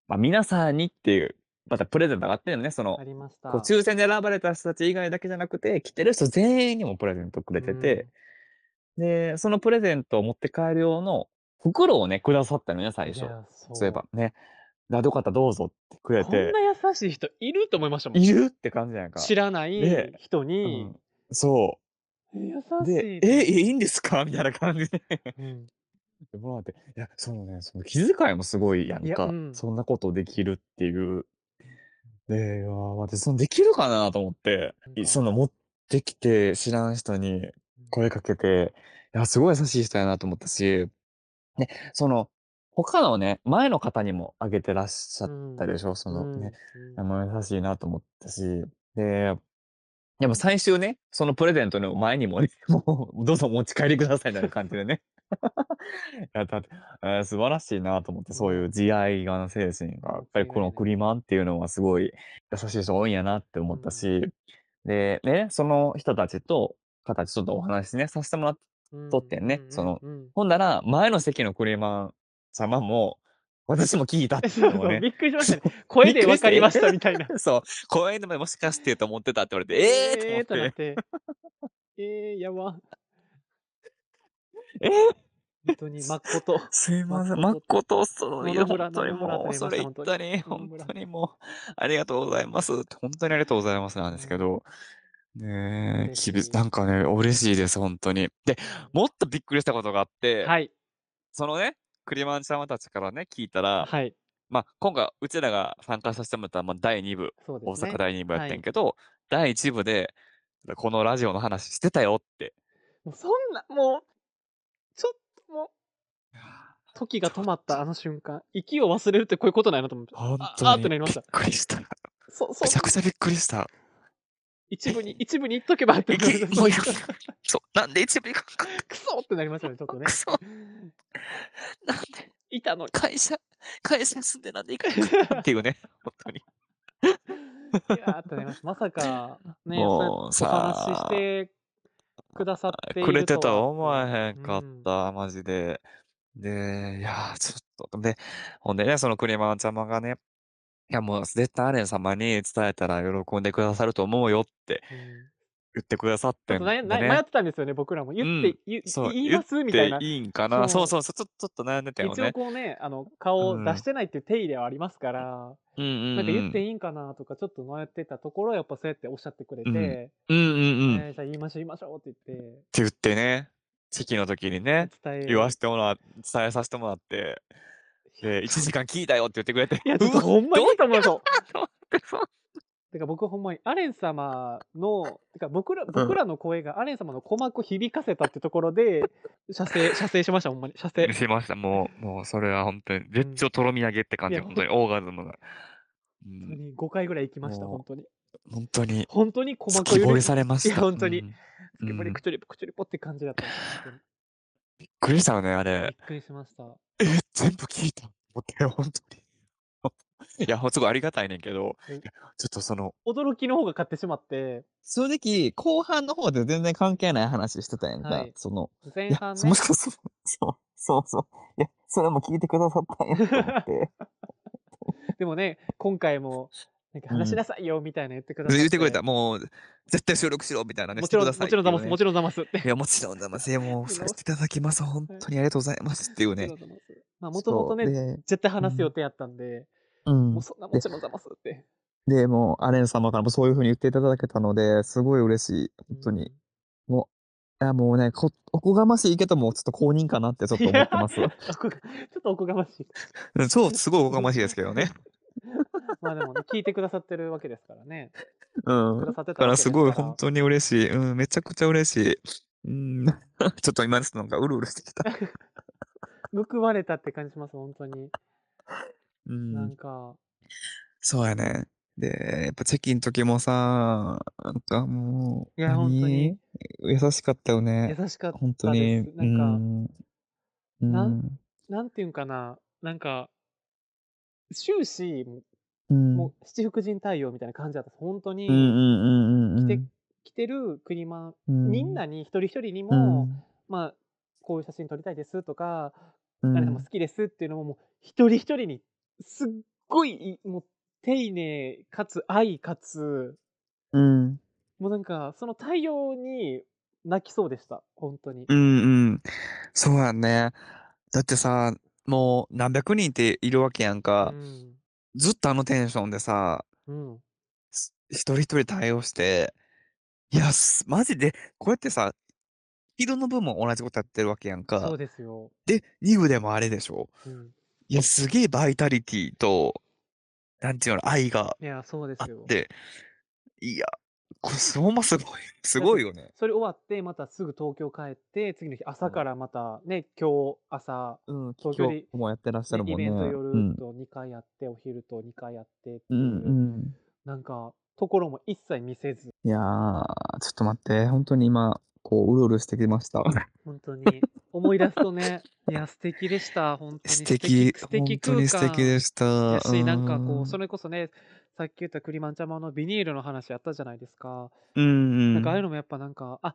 S2: まあ、皆さんにっていうまたプレゼントがあってるのねその
S1: ありました。
S2: こう抽選で選ばれた人たち以外だけじゃなくて来てる人全員にもプレゼントくれてて、でそのプレゼントを持って帰る用の袋をねくださったのね
S1: うん、
S2: 最
S1: い
S2: 初
S1: やそう
S2: そういえばねだよかったらどうぞってくれ
S1: こん
S2: て
S1: な優しい人いると思いましたもん。
S2: いるって感じやんか
S1: 知らない
S2: ね
S1: 人
S2: う
S1: に、
S2: ん、そう
S1: 優し
S2: で
S1: い、。
S2: え、いいんですかみたいな感じで
S1: うん
S2: もらって、いや、そのね、その気遣いもすごいやん
S1: いや
S2: か、
S1: うん
S2: そんなことできるっていう。で、いやー、待って、そのできるかなと思って
S1: なん、
S2: い
S1: か
S2: その持ってきて、知らん人に声かけて、いや、すごい優しい人やなと思ったし、ね、その、他のね、前の方にもあげてらっしゃったでしょ、そのね、
S1: うん
S2: あの優しいなと思ったし、で、でも最終ね、そのプレゼントの前にもね、 もう、どうぞお持ち帰りくださいみたいな感じでね。 やったって、えー素晴らしいなと思って、そういう慈愛側の精神が、やっぱりこのクリマンっていうのはすごい優しい人多いんやなって思ったし、で、ね、その人たちと、方たちちょっとお話ね、させてもらっ
S1: う
S2: て、
S1: ん
S2: 撮ってんねその
S1: うんうん
S2: ほんだら、前の席のクリマン様も、私も聞いたっていうのを
S1: そうそう
S2: ね
S1: び、っくりしましたね。声で分かりま したみたいな。
S2: そう、公園でももしかしてと思ってたって言われて、ええー、
S1: えー
S2: と
S1: と
S2: 思
S1: な
S2: っ
S1: って。ええー、やば。
S2: え
S1: 本当 に、まっこと。
S2: すいません、まっ
S1: 誠
S2: こと、そうい
S1: 野
S2: う、
S1: 々村
S2: 本当に
S1: 野々村
S2: もう、
S1: と
S2: そ
S1: 言
S2: れ
S1: いま
S2: 言っ
S1: した
S2: たに、
S1: 本当に
S2: 本当にもう、ありがとうございます。本当にありがとうございますなんですけど、ねえ、
S1: 嬉し
S2: き
S1: い
S2: びなんかね、嬉しいです、本当に。で、もっとびっくりしたことがあって、
S1: はい。
S2: そのね、クリマンちゃんたちからね、聞いたら、
S1: はい。
S2: まあ、今回、うちらが参加させてもらった、まあ、第2部、
S1: そうで
S2: 大
S1: すね
S2: 阪。第2部やって
S1: は
S2: ん
S1: い
S2: けど、第1部で、このラジオの話してたよって。
S1: もうそんな、もう、ちょっともう、時が止まったあの瞬間、息を忘れるってこういうことないなと思って。
S2: 本
S1: ああ
S2: 当
S1: ーって
S2: に
S1: な
S2: び
S1: りました
S2: っくりした。め
S1: そ、そ
S2: ちゃくちゃびっくり した。
S1: 一部に、一部に行っとけばって
S2: い
S1: なり
S2: け
S1: ま
S2: もうい
S1: し
S2: や
S1: た。
S2: そう、なんで一部行かんかっ
S1: クソってなりましたね、ちょっとね
S2: た。くそ、なんで
S1: いたのに。
S2: 会社、会社住んでなんで行かんか ったっていうね、本当に。
S1: いやーってなりました。まさか、ね、
S2: もう
S1: そうやってお話し
S2: さ
S1: してくださっているとは
S2: くれてたは思わへんかっ
S1: うん
S2: た、マジで。で、いやー、ちょっと、で、ほんでね、そのクリマンちゃまがね、いやもう絶対アレン様に伝えたら喜んでくださると思うよって
S1: うん
S2: 言ってくださっ
S1: ちょっ
S2: てん
S1: と
S2: で
S1: 悩んな迷
S2: ね
S1: っ。てたんですよね、僕らも。言って、
S2: うん
S1: 言
S2: そう
S1: 言いますみたいな
S2: で、。いいんかなそ
S1: そうう
S2: そうそう、ちょちょっと悩んでたよ
S1: 一応
S2: ね。
S1: こうね、あの、顔
S2: う
S1: を
S2: ん
S1: 出してないっていう手入れはありますから、
S2: うんうん
S1: なんか言って
S2: い
S1: いいんかなとか、ちょっと迷ってたところ、やっぱそうやっておっしゃってくれて、
S2: うんうんうんうん。っ
S1: えーじゃあ言いましょう、言いましょうって言って、
S2: て言ってね、席の時にね、
S1: 伝え
S2: 言わしてもら、伝えさせてもらって、で、1時間聞いたよって言ってくれて。
S1: いや、ちょっと
S2: うわ
S1: ほんまにいいと思うよ。
S2: と思ってそう
S1: てか僕ほんまにアレン様の、てか僕ら、僕らの声がアレン様の鼓膜を響かせたってところで、射 精、射精しました、ほんまに。射精。
S2: しました。もう、もう、それは本当に、絶頂とろみ上げって感じ、
S1: いや
S2: 本当に、オーガズムが。う
S1: 本当
S2: ん、
S1: に5回ぐらい行きました、
S2: もう
S1: 本当に。
S2: 本当に、
S1: 本当に鼓
S2: 突
S1: 膜を
S2: き
S1: 揺
S2: 掘
S1: れ
S2: りされました。
S1: いや本当に
S2: うん
S1: つけぼ
S2: うん
S1: り、くちょりぽ、くちょりぽって感じだったんです本
S2: びっくりしたよね、あ
S1: 当にび
S2: れ。
S1: っくりしました。
S2: え、全部聞いた。思って本当に。 いや、ほんすごいありがたいねんけど、い
S1: え
S2: やちょっとその、
S1: 驚きの方が勝ってしまって、
S2: 正直、後半の方で全然関係ない話してたやんか、
S1: はい
S2: その、い
S1: 前
S2: や、
S1: 半ね
S2: も、しかしたら、そう、そうそう、いや、それも聞いてくださったんやと思って。
S1: でもね、今回も、なんか話しなさいよみたいな言ってくださって、
S2: 言ってくれ た、もう、絶対収録しろみたいなね、
S1: もちろん、
S2: してください
S1: もちろんざます、も
S2: ち
S1: ちろんざますって。
S2: いや、もちろんざます。いや、もう、
S1: そう
S2: させていただきます。本当にありがとうございますっていうね。
S1: もちろんざますまあ、もともとね、
S2: ね、
S1: 絶対話す予定やったんで、
S2: うん
S1: もう。そんなもちろんざますって。
S2: で、もう、アレン様からもそういうふうに言っていただけたので、すごい嬉しい。本当に。いや、もうね、こおこがましいけども、ちょっと公認かなってちょっと思ってます。
S1: いやおこがちょっとおこがましい。
S2: うん そう、すごいおこがましいですけどね。
S1: まあでもね、聞いてくださってるわけですからね。
S2: うん。
S1: くだ
S2: だ
S1: さってた
S2: か
S1: わけ
S2: ら、
S1: です
S2: すごい、本当に嬉 しい。うん、めちゃくちゃ嬉しい。 うん、ちょっと今ですなんか、うるうるしてきた。
S1: 報われたって感じします、本当に。
S2: う
S1: なんん。か、
S2: そうやね。で、やっぱチェキの時もさ、なんかもう、
S1: いや本当に
S2: 何優しかったよね。
S1: 優しかったです。
S2: 本当に。
S1: なんか、
S2: うん、
S1: な
S2: うん
S1: なんていうんかな、なんか、終始、
S2: うん、
S1: もう七福神対応みたいな感じだったんです本当に、
S2: うんうんうんうん
S1: 来て来てるクリマン、
S2: うん
S1: みんなに一人一人に
S2: う
S1: も、
S2: ん
S1: まあ、こういう写真撮りたいですとか、
S2: うん
S1: 誰でも好きですっていうのも、もう一人一人に、すっごい、もう、丁寧かつ愛かつ、
S2: うん
S1: もうなんか、その対応に泣きそうでした、本当に。
S2: うんうんそうやねだってさもう何百人っているわけやんか、
S1: うん。
S2: ずっとあのテンションでさ
S1: うん。
S2: す一人一人対応していやすマジでこうやってさ昼の部も同じことやってるわけやん
S1: そ
S2: か
S1: うですよ。
S2: で2部でもあれでしょ
S1: うん、
S2: いやすげえバイタリティとなんていうの愛が
S1: いや、そうで
S2: あ
S1: す
S2: っ
S1: よ。
S2: ていやこれほんますごいすごいよね
S1: それ終わって、またすぐ東京帰って、次の日朝からまたね、今日朝、
S2: うん、
S1: 東京で
S2: 今日もやってらっしゃる
S1: ね
S2: も
S1: イ
S2: んね。
S1: ベント
S2: う
S1: 夜
S2: ん
S1: と2回やって、お昼と2回やってって
S2: う
S1: いう、
S2: んうん。
S1: なんか、ところも一切見せず、
S2: いやー、ちょっと待って、本当に今、こう、うるうるしてきました。
S1: 本当に思い出すとね、いや、素敵でした、本当に。
S2: 素敵、
S1: 素
S2: 本
S1: 敵
S2: 当に素敵
S1: 空間
S2: でした。
S1: やし、なんかこ
S2: う
S1: う、それこそね、さっき言ったクリマンチャマのビニールの話あったじゃないですか。
S2: うんうん。
S1: なんかああいうのもやっぱなんか、あ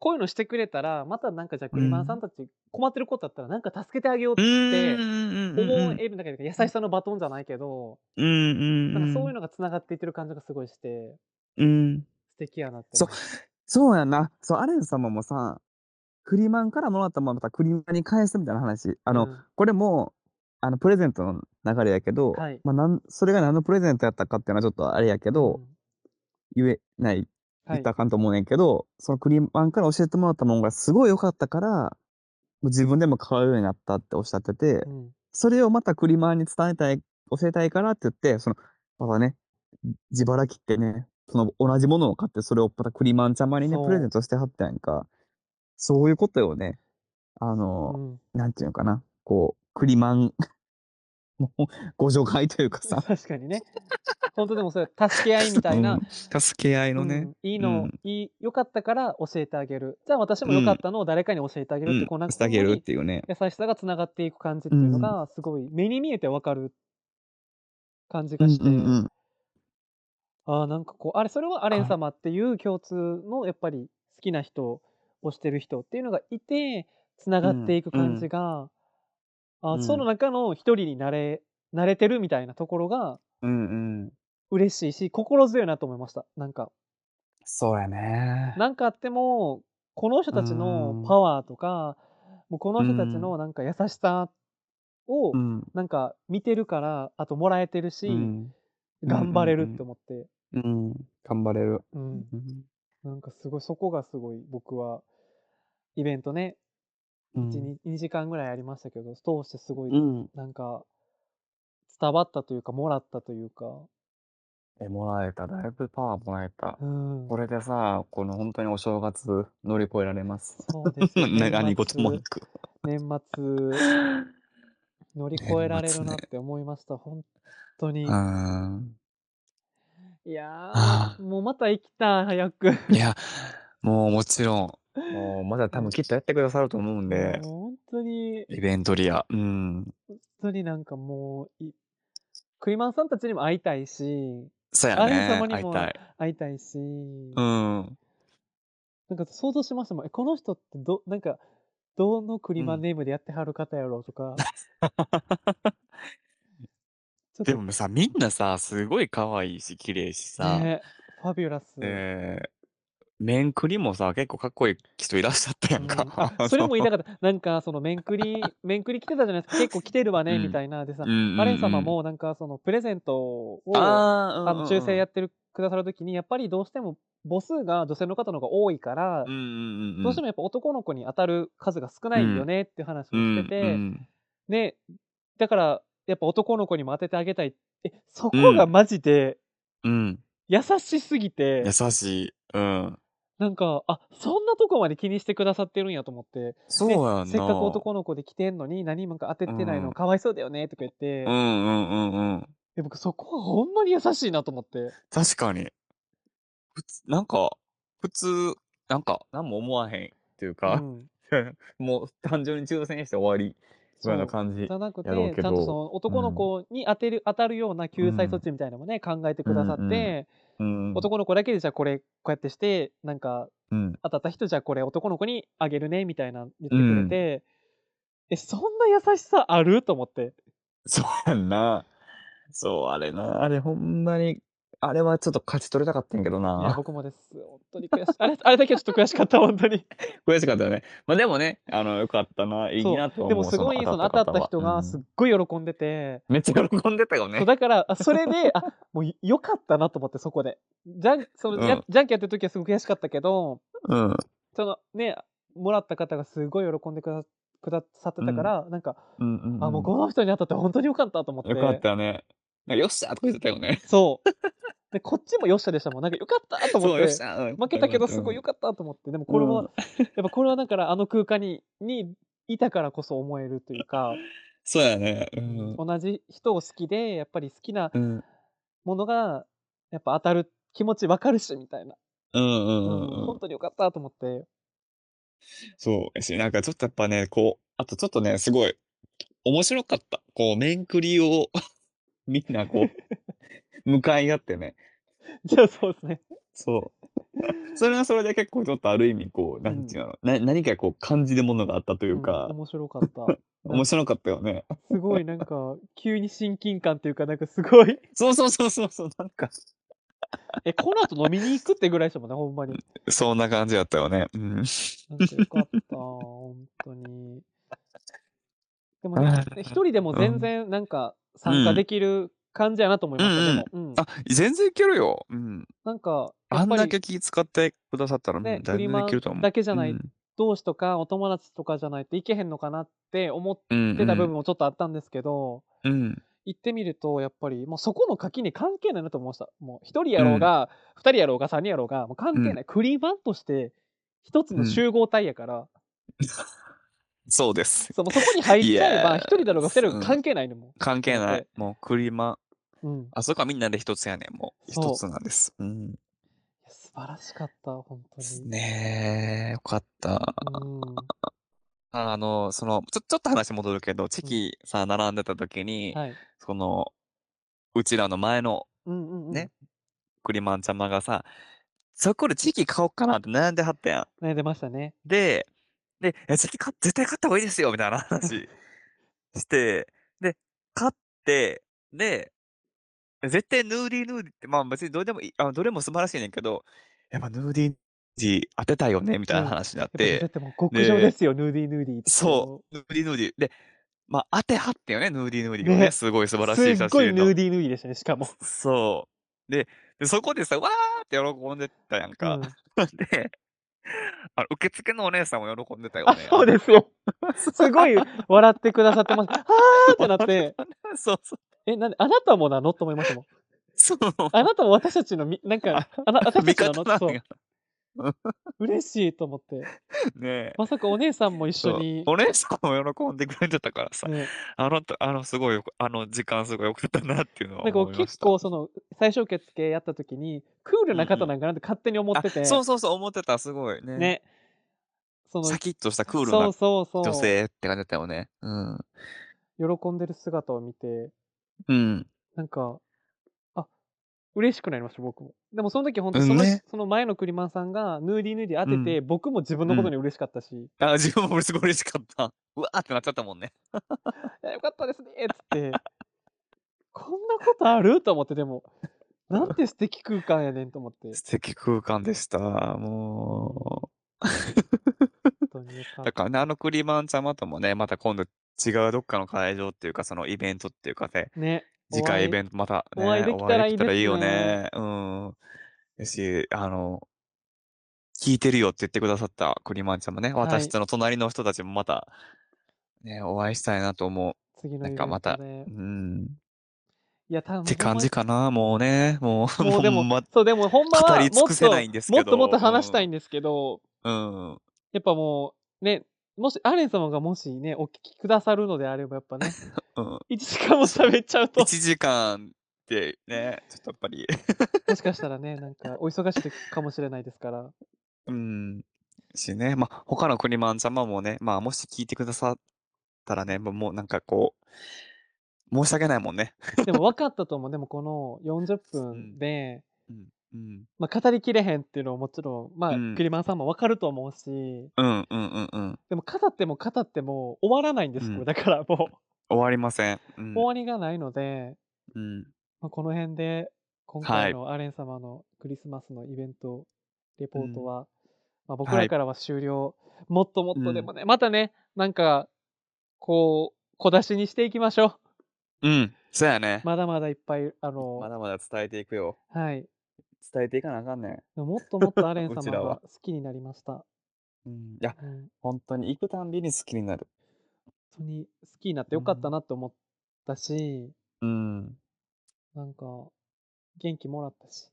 S1: こういうのしてくれたら、またなんかじゃあクリマンさんたち困ってることあったら、なんか助けてあげようっ
S2: う
S1: て
S2: んうんうんうん
S1: 思える中で、優しさのバトンじゃないけど、
S2: うんうん
S1: なんかそういう
S2: の。
S1: のがつながっていってる感じがすごいして、
S2: うん。
S1: 素敵やなって
S2: そう
S1: 思います。
S2: そうやんな。そう、アレン様もさ、クリマンからもらったものをまたクリマンに返すみたいな話。あの、
S1: うん
S2: これも、あの、プレゼントの流れやけど、
S1: はい
S2: まあ、なん、それが何のプレゼントやったかっていうのはちょっとあれやけど、
S1: ん
S2: 言えない、
S1: は
S2: 言っ
S1: い
S2: たらあかんと思うねんけど、そのクリマンから教えてもらったものがすごい良かったから、もう自分でも買うようになったっておっしゃってて、
S1: うん
S2: それをまたクリマンに伝えたい、教えたいからって言って、その、またね、自腹切ってね、その同じものを買って、それをまたクリマンちゃまにね、
S1: そう
S2: プレゼントしてはったやんか。そういうことよね。あ
S1: う
S2: の、
S1: ん
S2: なんていうのかな。こう、クリマン、もう、ご助会というか さ、
S1: 確かにね本当でもそれ助け合いみたい な、
S2: うん 助け合いの
S1: う
S2: ね
S1: ん、いいの、
S2: うん
S1: いい良かったから教えてあげるじゃあ私も良かったのを誰かに教えてあげるって、
S2: うん
S1: こうなんか
S2: してあげ
S1: ほんま
S2: る
S1: に
S2: っていうね。
S1: 優しさがつながっていく感じっていうのがすごい目に見えてわかる感じ
S2: う
S1: が
S2: ん
S1: して、
S2: うんうん。
S1: ああなんかこうあれそれはアレン
S2: はい
S1: 様っていう共通のやっぱり好きな人をしてる人っていうのがいてつながっていく感じが、
S2: う
S1: あ
S2: ん
S1: その中の一人になれなれてるみたいなところが
S2: うんうん。
S1: 嬉しいし心強いなと思いましたなんか
S2: そうやね。
S1: なんかあってもこの人たちの
S2: うん
S1: パワーとか、もうこの人たちのなんか優しさを
S2: うん。
S1: なんか見てるからあともらえてるし、
S2: うん。
S1: 頑張れるって
S2: うん
S1: 思って、
S2: うん。頑張れる。
S1: うん
S2: うん
S1: なんかすごいそこがすごい僕はイベントね
S2: うん
S1: 12 2時間ぐらいありましたけど通してすごい
S2: うん。
S1: なんか伝わったというかもらったというか、
S2: え、もらえた。だいぶパワーもらえた。
S1: うん、
S2: これでさ、この本当にお正月乗り越えられます。
S1: そうですよ
S2: な
S1: 年
S2: 何事もな
S1: 末
S2: く。
S1: 年末乗り越えられるなって思いました、本当に
S2: う。ーん。
S1: いや
S2: あ
S1: ー、もうまた行きたい、早く。
S2: いや、もうもちろん、もうまだ多分きっとやってくださると思うんで、
S1: もう本当に、
S2: イベントリア。うん。
S1: 本当になんかもうい、クリマンさんたちにも会いたいし、
S2: そうや
S1: アレン
S2: ね
S1: 様。に
S2: 会い
S1: も
S2: たい。
S1: 会いたいし、
S2: うん。
S1: なんか想像しましたもん、えこの人ってど、なんか、どのクリマンネームでやってはる方やろうと か、ちょっ
S2: で
S1: と
S2: もさ、みんなさ、すごい可愛いし、綺麗しさ。
S1: ね、ファビュラス。
S2: えー、面クリもさ、結構かっこいい人いらっしゃったやん
S1: うん
S2: か。
S1: あそれも言いたかった。なんか、その、面くり、面くり来てたじゃないですか。結構来てるわね、
S2: うん
S1: みたいな。でさ、
S2: うんうんうん
S1: アレン様も、なんか、その、プレゼントを、
S2: あー
S1: あの、抽選や
S2: っ
S1: ってる、くださるときに、やっぱりどうしても、母数が女性の方の方が多いから
S2: う、んうんうんうん。
S1: どうしてもやっぱ男の子に当たる数が少ないよねっていう話をして
S2: うんう
S1: て、
S2: ん
S1: ね、だから、やっぱ男の子にも当ててあげたい。え、そこがマジで、
S2: うん、
S1: 優しすぎて、
S2: 優しい。うん。
S1: なんか、あ、そんなとこまで気にしてくださってるんやと思って。
S2: そう
S1: ね
S2: やんな。
S1: せっかく男の子で来てんのに何もか当ててないのかわいそうだよねとか言って、
S2: うんうんうんうん。
S1: で僕そこはほんまに優しいなと思って
S2: 確かに。普通、なんか、普通、なんか、何も思わへんっていう
S1: う
S2: か、
S1: ん、
S2: もう単純に抽選して終わりぐらいの
S1: そう
S2: 感
S1: じ。
S2: じ
S1: ゃなくて
S2: やろうけど
S1: ちゃんとその男の子に当てる、当たるような救済措置みたいなのもね、考えてくださって、
S2: うんううん。
S1: 男の子だけでじゃあこれこうやってしてなんか
S2: うん。
S1: 当たった人じゃあこれ男の子にあげるねみたいな言ってくれて、えそんな優しさあると思って
S2: そうやんな。そう、あれな。あれ、ほんまに、あれはちょっと勝ち取れたかったんやけど
S1: いや
S2: な。
S1: 僕もです本当に悔しいあれあれだけはちょっと悔しかった本当に
S2: 悔しかったよね。まあでもね、あの、よかったな。いいなとは思う。
S1: でもすごいその当たった人
S2: 方は
S1: が
S2: うん
S1: すっごい喜んでて、
S2: めっちゃ喜んでたよね
S1: そう。だからあそれであもうよかったなと思ってそこでじゃんその、や
S2: うん
S1: じゃんけんやってる時はすごく悔しかったけど
S2: うん。
S1: そのねもらった方がすごい喜んでくだくださってたから、なんか、
S2: うんうんうん
S1: あもうこの人に当たって本当によかったと思って
S2: よかったね。なんかよっしゃーとか言ってたよね。
S1: そうでこっちもよっしゃでしたもんなんかよかったと思
S2: そ
S1: っ
S2: う、よってしゃー。うん
S1: 負けたけどすごいよかったと思ってでもこれは、
S2: うん
S1: やっぱこれはだからあの空間ににいたからこそ思えるというか、
S2: そうやね。 うん。
S1: 同じ人を好きでやっぱり好きな
S2: うん
S1: ものがやっぱ当たる気持ちわかるしみたいな、
S2: うんう
S1: うん
S2: んうんうん
S1: 本。当によかったと思って
S2: そうやし、なんかちょっとやっぱね、こう、あとちょっとね、すごい、面白かった。こう、面くりを、 みんなこう、向かい合ってね。
S1: じゃあそうですね
S2: そう。それはそれで結構ちょっとある意味、こう、なんていうの、な何かこう、感じるものがあったという
S1: うん
S2: か、
S1: 面白かった
S2: 面白かったよね。
S1: すごいなんか急に親近感というかなんかすごい
S2: そうそうそうそうそう、なんか、
S1: え、この後飲みに行くってぐらいでしたもんね、ほんまに。
S2: そんな感じだったよね。うん。
S1: なんかよかった、本当に。でもなんか、一人でも全然なんか参加できる感じやなと思いました、
S2: うん
S1: でも、うん
S2: あ、全然いけるよ。うん。
S1: なんか、や
S2: あ
S1: っ
S2: ん
S1: ぱ
S2: だ
S1: り
S2: け気使ってくださったら、
S1: ね
S2: ね、全然いけると思
S1: フリマ
S2: う。
S1: だけじゃない
S2: うん
S1: 同士とかお友達とかじゃないといけへんのかなって思っ
S2: うんうん
S1: てた部分もちょっとあったんですけど、
S2: うん。
S1: 行ってみると、やっぱり、もうそこの垣に関係ないなと思いました。もう一人やろうが、二、人やろうが、三人やろうが、もう関係ない。クリーンバンとして、一つの集合体やから、
S2: そうです。
S1: そのそこに入っちゃえ
S2: い
S1: ば、
S2: や
S1: 一人だろうが二人だろう
S2: う
S1: が
S2: ん
S1: 関係ないのも
S2: 関係な
S1: だっ
S2: い。もう、クリマ。
S1: う。うん。い
S2: あそこはみんなで一つやねん。もう、
S1: そう
S2: 一つなんです。うん。
S1: や素晴らしかった、本当に。
S2: ねえ、よかった。
S1: うん。
S2: あの、その、ちょ、ちょっと話戻るけど、チキさ、並んでた時に、
S1: はい。
S2: その、うちらの前の
S1: うんうんうん。
S2: ねクリマンちゃまがさ、そこでチキ買おうかなって悩んではったやん。
S1: ね、出ましたね。
S2: で、で、え絶対買っ絶対買った方がいいですよみたいな話して、で、買って、で、絶対ヌーディーヌーディーって、まあ別にどれでもいい、あどれも素晴らしいねんけど、やっぱヌーディーヌーディー当てたいよねみたいな話にな
S1: や
S2: っ
S1: っぱ
S2: て、
S1: 出ても極上ですよ、ヌーディーヌーディーって。
S2: そう、ヌーディーヌーディー。で、まあ当てはってよね、ヌーディーヌーディーが
S1: ね
S2: ね、すごい素晴らしい写真
S1: す
S2: の。
S1: っごいヌーディーヌーディーでしたね、しかも。
S2: そう。で、でそこでさ、わーって喜んでたやんか。
S1: うん
S2: で、あの受付のお姉さんも喜んでたよ
S1: あ、
S2: ね。
S1: そうですよ。すごい笑ってくださってます。あーってなって、
S2: そうそう。
S1: え、なんで、あなたもなのと思いましたもん。
S2: そう。
S1: あなたも私たちのみ、なんか、あな私た
S2: 味
S1: ちな
S2: 方
S1: の
S2: なん
S1: そう
S2: や。
S1: 嬉しいと思って。
S2: ねえ。
S1: まさかお姉さんも一
S2: そ
S1: 緒
S2: う
S1: に。
S2: お姉さんも喜んでくれてたからさ、
S1: ね、
S2: あのと、あの、すごいよく、あの時間すごい良かったなっていうのは
S1: なんか
S2: 思いま
S1: 結
S2: した。
S1: 構その最小決付やった時にクールな方なんかなって勝手に思ってて、
S2: あそうそうそう、思ってた、すごいね。
S1: ねその
S2: シャキッとしたクール
S1: そう
S2: な
S1: そうそう
S2: 女性って感じだったよね。うん。
S1: 喜んでる姿を見て
S2: うん。
S1: なんか、あ、嬉しくなりました、僕も。でもその時、本当その、
S2: うんね
S1: その前のクリマンさんが、ヌーディーヌーディー当てて、僕も自分のことに嬉しかったし、
S2: あ、自分もすごい嬉しかった。うわーってなっちゃったもんね。
S1: いやよかったですねっつって、こんなことあると思って、でも、なんて素敵空間やねんと思って、
S2: 素敵空間でした。も
S1: 本当によか
S2: う。
S1: っ
S2: だからね、あのクリマンちゃまともね、また今度違うどっかの会場っていうか、そのイベントっていうかね、
S1: た。ね、
S2: 次回イベ
S1: ン
S2: ントまた、
S1: お会いできたらいいですね
S2: お会できたらよね。うん。よし、あの、聞いてるよって言ってくださったクリマンちゃんもね、
S1: はい
S2: 私との隣の人たちもまた、ね、お会いしたいなと思
S1: ト。次の
S2: な
S1: イ
S2: ん
S1: ベ
S2: か
S1: ン
S2: ま
S1: ト
S2: た
S1: で
S2: う。う。ん。
S1: いや、多分
S2: って感じかな、もうね。もう、
S1: もうで
S2: ほ
S1: も
S2: んま、
S1: そう、でも、ほんまは
S2: 語り
S1: も
S2: 尽
S1: っ
S2: く
S1: と
S2: せないんですけ
S1: もっ
S2: ど
S1: ともっと話したいんですけど、
S2: うん。
S1: やっぱもう、ね、もし、アレン様がもしね、お聞きくださるのであれば、やっぱ ね、
S2: うん。
S1: 1時間も喋っちゃうと
S2: 1時間ってね、ちょっとやっぱり、
S1: もしかしたらねなんかお忙しい時かもしれないですから
S2: うん。しね、まあ、他の国マン様もね、まあ、もし聞いてくださったらね、もうもうなんかこう、申し訳ないもんね。
S1: でも分かったと思うでもこの40
S2: う
S1: 分
S2: ん
S1: で、
S2: うん。うん。
S1: まあ、語りきれへんっていうのはもちろんまあ、
S2: うん
S1: クリマンさんも分かると思うし
S2: うん。うん。うん。うん。
S1: でも語っても語っても終わらないんです、
S2: うん
S1: これだからも
S2: 終わりません。う。
S1: うん終わりがないので、
S2: うん。
S1: まあ、この辺で今回のアレン様のクリスマスのイベントレポートは、まあ、僕
S2: は
S1: ら
S2: い
S1: からは終了、もっともっと
S2: うん
S1: でもね、またねなんかこう小出しにしていきましょう
S2: うん。そうやね。
S1: まだまだいっぱい、あの、
S2: まだまだ伝えていくよ。
S1: はい。
S2: 伝えていかなあかんねん。
S1: でももっともっとアレン様
S2: うちら
S1: が
S2: は
S1: 好きになりました。
S2: うん。いや、
S1: うん、本
S2: 本当に行くたんびに好きになる。
S1: 当に好きになってよかったなって思ったし、
S2: うん。
S1: なんか、元気もらったし、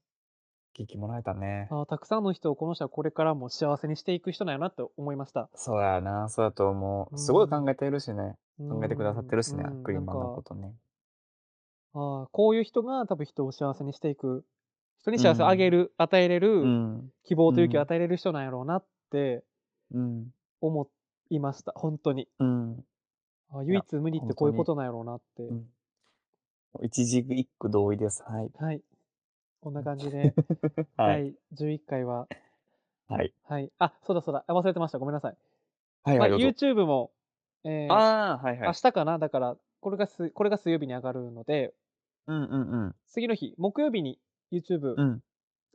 S2: 元気もらえたね。
S1: あーたくさんの人をこの人はこれからも幸せにしていく人なんやなって思いました。
S2: そうやな、そうやと思
S1: う
S2: う。
S1: ん
S2: すごい考えてるしね。
S1: うん
S2: 考えてくださってるしね、
S1: うん
S2: クリマン
S1: な
S2: の
S1: ん
S2: こ
S1: か
S2: とね。
S1: あーこういう人が多分人を幸せにしていく、人に幸せを
S2: うん
S1: あげる、与えれる、
S2: うん。
S1: 希望と勇気を
S2: うん
S1: 与えれる人なんやろうなって
S2: うん。
S1: 思いました、本当に。
S2: うん。
S1: あー唯一無二ってこういうこ
S2: 本当
S1: となんやろうなって。
S2: うん一時一句同意です。 はい。
S1: はい。こんな感じで。
S2: はい。
S1: 第11回は、
S2: はい。
S1: はい。あ、そうだそうだ。あ忘れてました。ごめんなさい。
S2: はい。
S1: ま
S2: は
S1: あ、
S2: い。どうぞ
S1: YouTube も、えー
S2: ああ、はいは
S1: 明
S2: い。
S1: 日かなだから、これがす、これが水曜日に上がるので、
S2: うんうんうん。
S1: 次の日、木曜日に YouTube
S2: うん。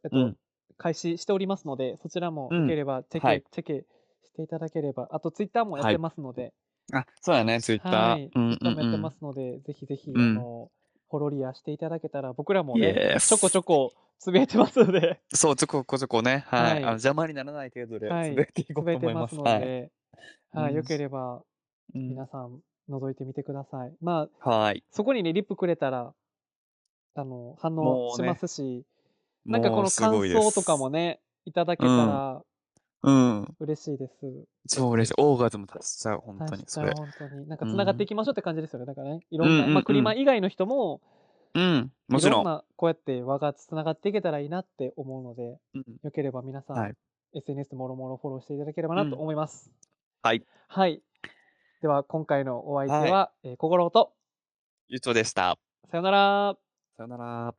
S1: えっ
S2: う
S1: と
S2: ん、
S1: 開始しておりますので、そちらも
S2: うん
S1: よければチェ
S2: はい
S1: ックチェックしていただければ、あとツイッターもやってますので、
S2: あ、そうやね、ツイッター。
S1: はい、
S2: うん
S1: ツイッターもやって
S2: うんうん
S1: ますので、ぜひぜひ、
S2: うん
S1: あの、フォロリアしていただけたら、僕らもね、
S2: イエス
S1: ちょこちょこつぶやいてますので、
S2: そう、ちょこちょこね、は
S1: は
S2: い。
S1: い
S2: あの邪魔にならない程度で
S1: はい
S2: 滑ってい
S1: つ
S2: こう
S1: ぶ
S2: と
S1: やいて
S2: 思い
S1: ま
S2: ますす。
S1: の
S2: はい。
S1: で、はい、
S2: うん
S1: よければ
S2: うん
S1: 皆さん覗いてみてください。まあ、
S2: はい。
S1: そこにね、リップくれたら、あの、反応
S2: も
S1: し
S2: うね
S1: ますし、なんかこ
S2: もう
S1: の
S2: す
S1: 感
S2: ごいです
S1: 想とかも。ね、いただけた
S2: うん
S1: ら
S2: うん。
S1: 嬉しいです。
S2: そう嬉しい。オーガズム達しちゃう、本当
S1: 大
S2: に、
S1: した
S2: それ。
S1: 本当に。なんか
S2: うん
S1: つながっていきましょうって感じですよね。だからね、いろん
S2: うんう
S1: な、
S2: んうん
S1: まあ、クリマ以外の人も、
S2: うん、もち
S1: い
S2: ろ
S1: ろん
S2: ん。
S1: な、こうやって輪がつながっていけたらいいなって思うので、
S2: うん
S1: よければ皆さん、
S2: はい
S1: SNS もろもろフォローしていただければなと
S2: うん
S1: 思います。
S2: はい。
S1: はい。では、今回のお相手
S2: はい
S1: は、えー心と、
S2: ゆうとでした。
S1: さよなら。
S2: さよなら。